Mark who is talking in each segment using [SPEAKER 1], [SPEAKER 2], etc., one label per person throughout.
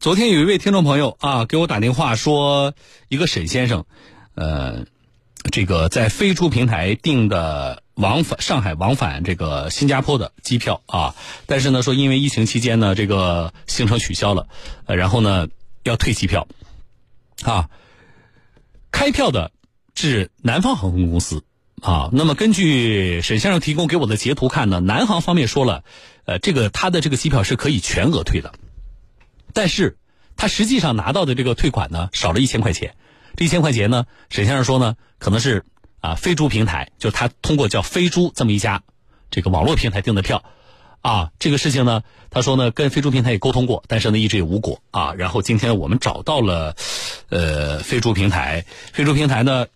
[SPEAKER 1] 昨天有一位听众朋友啊给我打电话说，一个沈先生，呃，这个在飞猪平台订的往返上海往返这个新加坡的机票啊，但是呢说因为疫情期间呢这个行程取消了，呃，然后呢要退机票，啊，开票的是南方航空公司。啊，那么根据沈先生提供给我的截图看呢，南航方面说了，呃，这个他的这个机票是可以全额退的，但是他实际上拿到的这个退款呢少了一千块钱，这一千块钱呢，沈先生说呢，可能是啊飞猪平台，就是他通过叫飞猪这么一家这个网络平台订的票，啊，这个事情呢，他说呢跟飞猪平台也沟通过，但是呢一直也无果啊，然后今天我们找到了，呃飞猪平台，飞猪平台呢。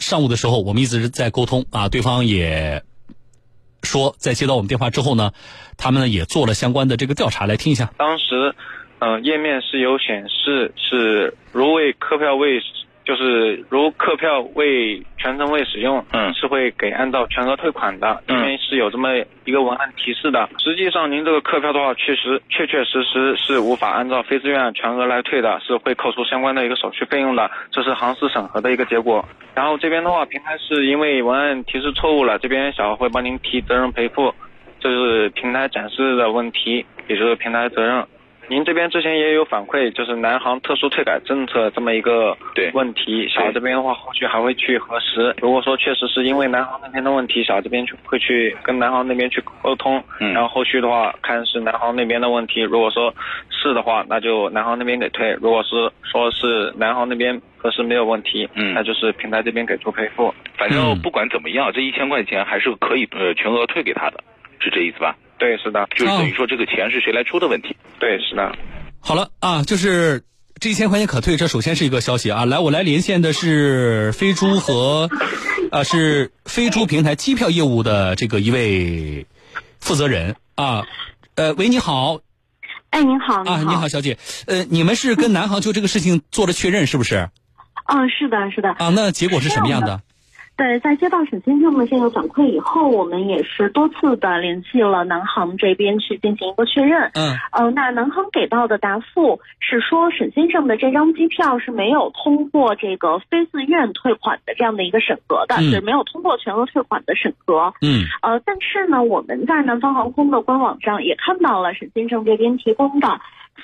[SPEAKER 1] 上午的时候，我们一直在沟通啊，对方也说，在接到我们电话之后呢，他们呢也做了相关的这个调查，来听一下。
[SPEAKER 2] 当时，嗯、页面是有显示是如为客票未，就是如客票未全程未使用，
[SPEAKER 3] 嗯
[SPEAKER 2] 是会给按照全额退款的，
[SPEAKER 3] 嗯
[SPEAKER 2] 因为是有这么一个文案提示的。实际上，您这个客票的话，确实确确实实是无法按照非自愿全额来退的，是会扣除相关的一个手续费用的，这是航司审核的一个结果。然后这边的话，平台是因为文案提示错误了，这边小姚会帮您提责任赔付，这是平台展示的问题，也就是平台责任。您这边之前也有反馈，就是南航特殊退改政策这么一个
[SPEAKER 3] 对
[SPEAKER 2] 问题，小姚这边的话后续还会去核实。如果说确实是因为南航那边的问题，小姚这边去会去跟南航那边去沟通，
[SPEAKER 3] 嗯
[SPEAKER 2] 然后后续的话看是南航那边的问题，如果说是的话，那就南航那边给退；如果是说是南航那边核实没有问题，
[SPEAKER 3] 嗯
[SPEAKER 2] 那就是平台这边给出赔付。
[SPEAKER 3] 反
[SPEAKER 1] 嗯
[SPEAKER 3] 正不管怎么样，这一千块钱还是可以呃全额退给他的，是这意思吧？
[SPEAKER 2] 对，是的，
[SPEAKER 3] 就是
[SPEAKER 1] 哦
[SPEAKER 3] 等于说这个钱是谁来出的问题。
[SPEAKER 2] 对，是的。
[SPEAKER 1] 好了啊，就是这一千块钱可退，这首先是一个消息啊。来，我来连线的是飞猪和啊是飞猪平台机票业务的这个一位负责人啊。呃，喂，你好
[SPEAKER 4] 哎，您好，
[SPEAKER 1] 啊，你好，小姐，呃，你们是跟南航就这个事情做了确认是不是？
[SPEAKER 4] 嗯，是的，是的，
[SPEAKER 1] 啊，那结果是什么样的？
[SPEAKER 4] 对，在接到沈先生的这个反馈以后，我们也是多次的联系了南航这边去进行一个确认。
[SPEAKER 1] 嗯
[SPEAKER 4] 呃，那南航给到的答复是说，沈先生的这张机票是没有通过这个非自愿退款的这样的一个审核的，
[SPEAKER 1] 嗯
[SPEAKER 4] 是没有通过全额退款的审核。
[SPEAKER 1] 嗯
[SPEAKER 4] 呃，但是呢，我们在南方航空的官网上也看到了沈先生这边提供的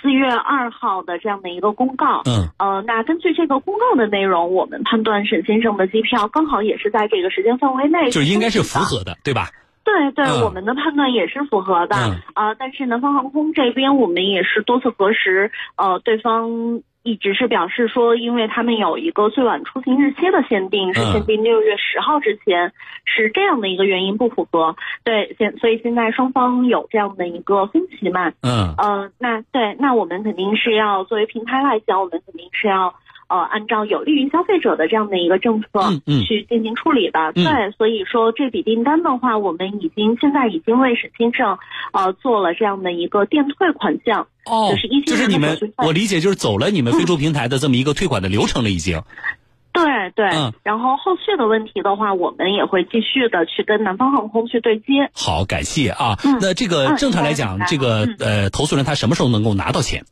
[SPEAKER 4] 四月二号的这样的一个公告。
[SPEAKER 1] 嗯
[SPEAKER 4] 呃，那根据这个公告的内容，我们判断沈先生的机票刚好也是在这个时间范围内，
[SPEAKER 1] 就是应该是符。合的，对吧？
[SPEAKER 4] 对对，
[SPEAKER 1] 嗯
[SPEAKER 4] 我们的判断也是符合的。
[SPEAKER 1] 嗯
[SPEAKER 4] 啊，但是南方航空这边我们也是多次核实，呃，对方一直是表示说，因为他们有一个最晚出行日期的限定，是
[SPEAKER 1] 嗯
[SPEAKER 4] 限定六月十号之前，是这样的一个原因不符合。对，现所以现在双方有这样的一个分歧嘛，
[SPEAKER 1] 嗯
[SPEAKER 4] 呃，那对，那我们肯定是要作为平台来讲，我们肯定是要呃按照有利于消费者的这样的一个政策
[SPEAKER 1] 嗯嗯
[SPEAKER 4] 去进行处理的。
[SPEAKER 1] 嗯
[SPEAKER 4] 对，所以说这笔订单的话，我们已经现在已经为沈先生呃做了这样的一个垫退款项。
[SPEAKER 1] 哦
[SPEAKER 4] 就是一，
[SPEAKER 1] 就是你们
[SPEAKER 4] 就是，
[SPEAKER 1] 我理解就是走了你们飞猪平台的这么一个退款的流程了，已经。
[SPEAKER 4] 对对，
[SPEAKER 1] 嗯
[SPEAKER 4] 然后后续的问题的话，我们也会继续的去跟南方航空去对接。
[SPEAKER 1] 好，感谢啊。
[SPEAKER 4] 嗯
[SPEAKER 1] 那这个
[SPEAKER 4] 嗯
[SPEAKER 1] 正常来讲，
[SPEAKER 4] 明白
[SPEAKER 1] 这个呃，投诉人他什么时候能够拿到钱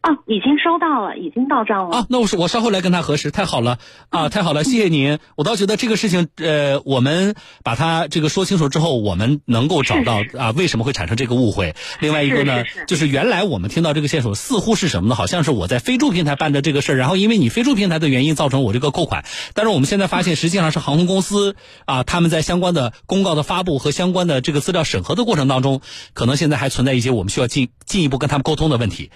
[SPEAKER 4] 啊，已经收到了，已经到账了。
[SPEAKER 1] 啊？那我说我稍后来跟他核实，太好了啊，太好
[SPEAKER 4] 嗯
[SPEAKER 1] 了，谢谢您。我倒觉得这个事情，呃，我们把它这个说清楚之后，我们能够找到
[SPEAKER 4] 是
[SPEAKER 1] 啊为什么会产生这个误会。另外一个呢
[SPEAKER 4] 是是是，
[SPEAKER 1] 就是原来我们听到这个线索似乎是什么呢？好像是我在飞猪平台办的这个事儿，然后因为你飞猪平台的原因造成我这个扣款，但是我们现在发现实际上是航空公司啊，他们在相关的公告的发布和相关的这个资料审核的过程当中，可能现在还存在一些我们需要进进一步跟他们沟通的问题。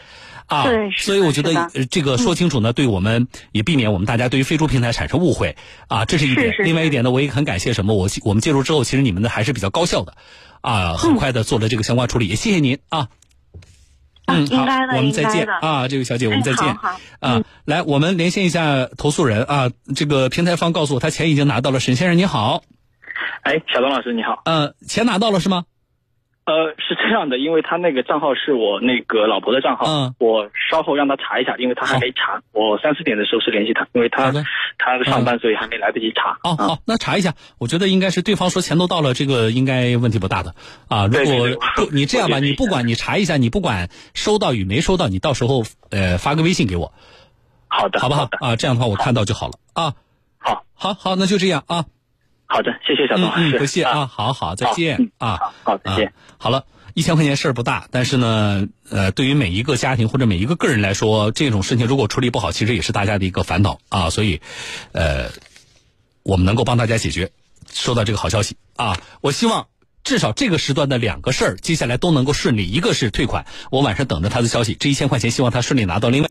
[SPEAKER 1] 啊
[SPEAKER 4] 对，是
[SPEAKER 1] 所以我觉得
[SPEAKER 4] 的是的
[SPEAKER 1] 呃这个说清楚呢，对我们也避免我们大家对于飞猪平台产生误会啊，这是一点
[SPEAKER 4] 是。是
[SPEAKER 1] 另外一点呢，我也很感谢什么，我我们介入之后，其实你们呢还是比较高效的，啊，很快的做了这个相关处理，也谢谢您啊。
[SPEAKER 4] 啊
[SPEAKER 1] 嗯，好
[SPEAKER 4] 应该，的
[SPEAKER 1] 我们再
[SPEAKER 4] 应该
[SPEAKER 1] 见
[SPEAKER 4] 的
[SPEAKER 1] 啊，这位小姐，我们再见
[SPEAKER 4] 哎、。好好，
[SPEAKER 1] 啊，来，我们连线一下投诉人啊。这个平台方告诉我，他钱已经拿到了。沈先生，你好，
[SPEAKER 5] 哎，小东老师你好，
[SPEAKER 1] 呃，钱拿到了是吗？
[SPEAKER 5] 呃，是这样的，因为他那个账号是我那个老婆的
[SPEAKER 4] 哦
[SPEAKER 5] 账号，
[SPEAKER 1] 嗯
[SPEAKER 5] 我稍后让他查一下，因为他还没查。我三四点的时候是联系他，因为
[SPEAKER 1] 好
[SPEAKER 5] 他
[SPEAKER 1] 的嗯
[SPEAKER 5] 他上班，所以还没来得及查。
[SPEAKER 1] 哦
[SPEAKER 5] 嗯
[SPEAKER 1] 哦，那查一下，我觉得应该是对方说钱都到了，这个应该问题不大的啊。如
[SPEAKER 5] 对对
[SPEAKER 1] 果
[SPEAKER 5] 对
[SPEAKER 1] 不，你这样吧，
[SPEAKER 5] 我觉得
[SPEAKER 1] 你不管你查一下，你不管收到与没收到，你到时候呃发个微信给我，
[SPEAKER 5] 好的，
[SPEAKER 1] 好 不好
[SPEAKER 5] 的，
[SPEAKER 1] 啊？这样的话我看到就好了啊。
[SPEAKER 5] 好，
[SPEAKER 1] 好好，那就这样啊。
[SPEAKER 5] 好的，谢谢小
[SPEAKER 1] 嗯
[SPEAKER 5] 东老
[SPEAKER 1] 嗯，
[SPEAKER 5] 师，
[SPEAKER 1] 不谢
[SPEAKER 5] 啊，
[SPEAKER 1] 啊，好好，再
[SPEAKER 5] 好
[SPEAKER 1] 见啊。
[SPEAKER 5] 好，好，再
[SPEAKER 1] 啊
[SPEAKER 5] 见。，
[SPEAKER 1] 好了，一千块钱事儿不大，但是呢，呃，对于每一个家庭或者每一个个人来说，这种事情如果处理不好，其实也是大家的一个烦恼啊。所以，呃，我们能够帮大家解决。收到这个好消息啊，我希望。至少这个时段的两个事儿，接下来都能够顺利。一个是退款，我晚上等着他的消息，这一千块钱希望他顺利拿到。另外。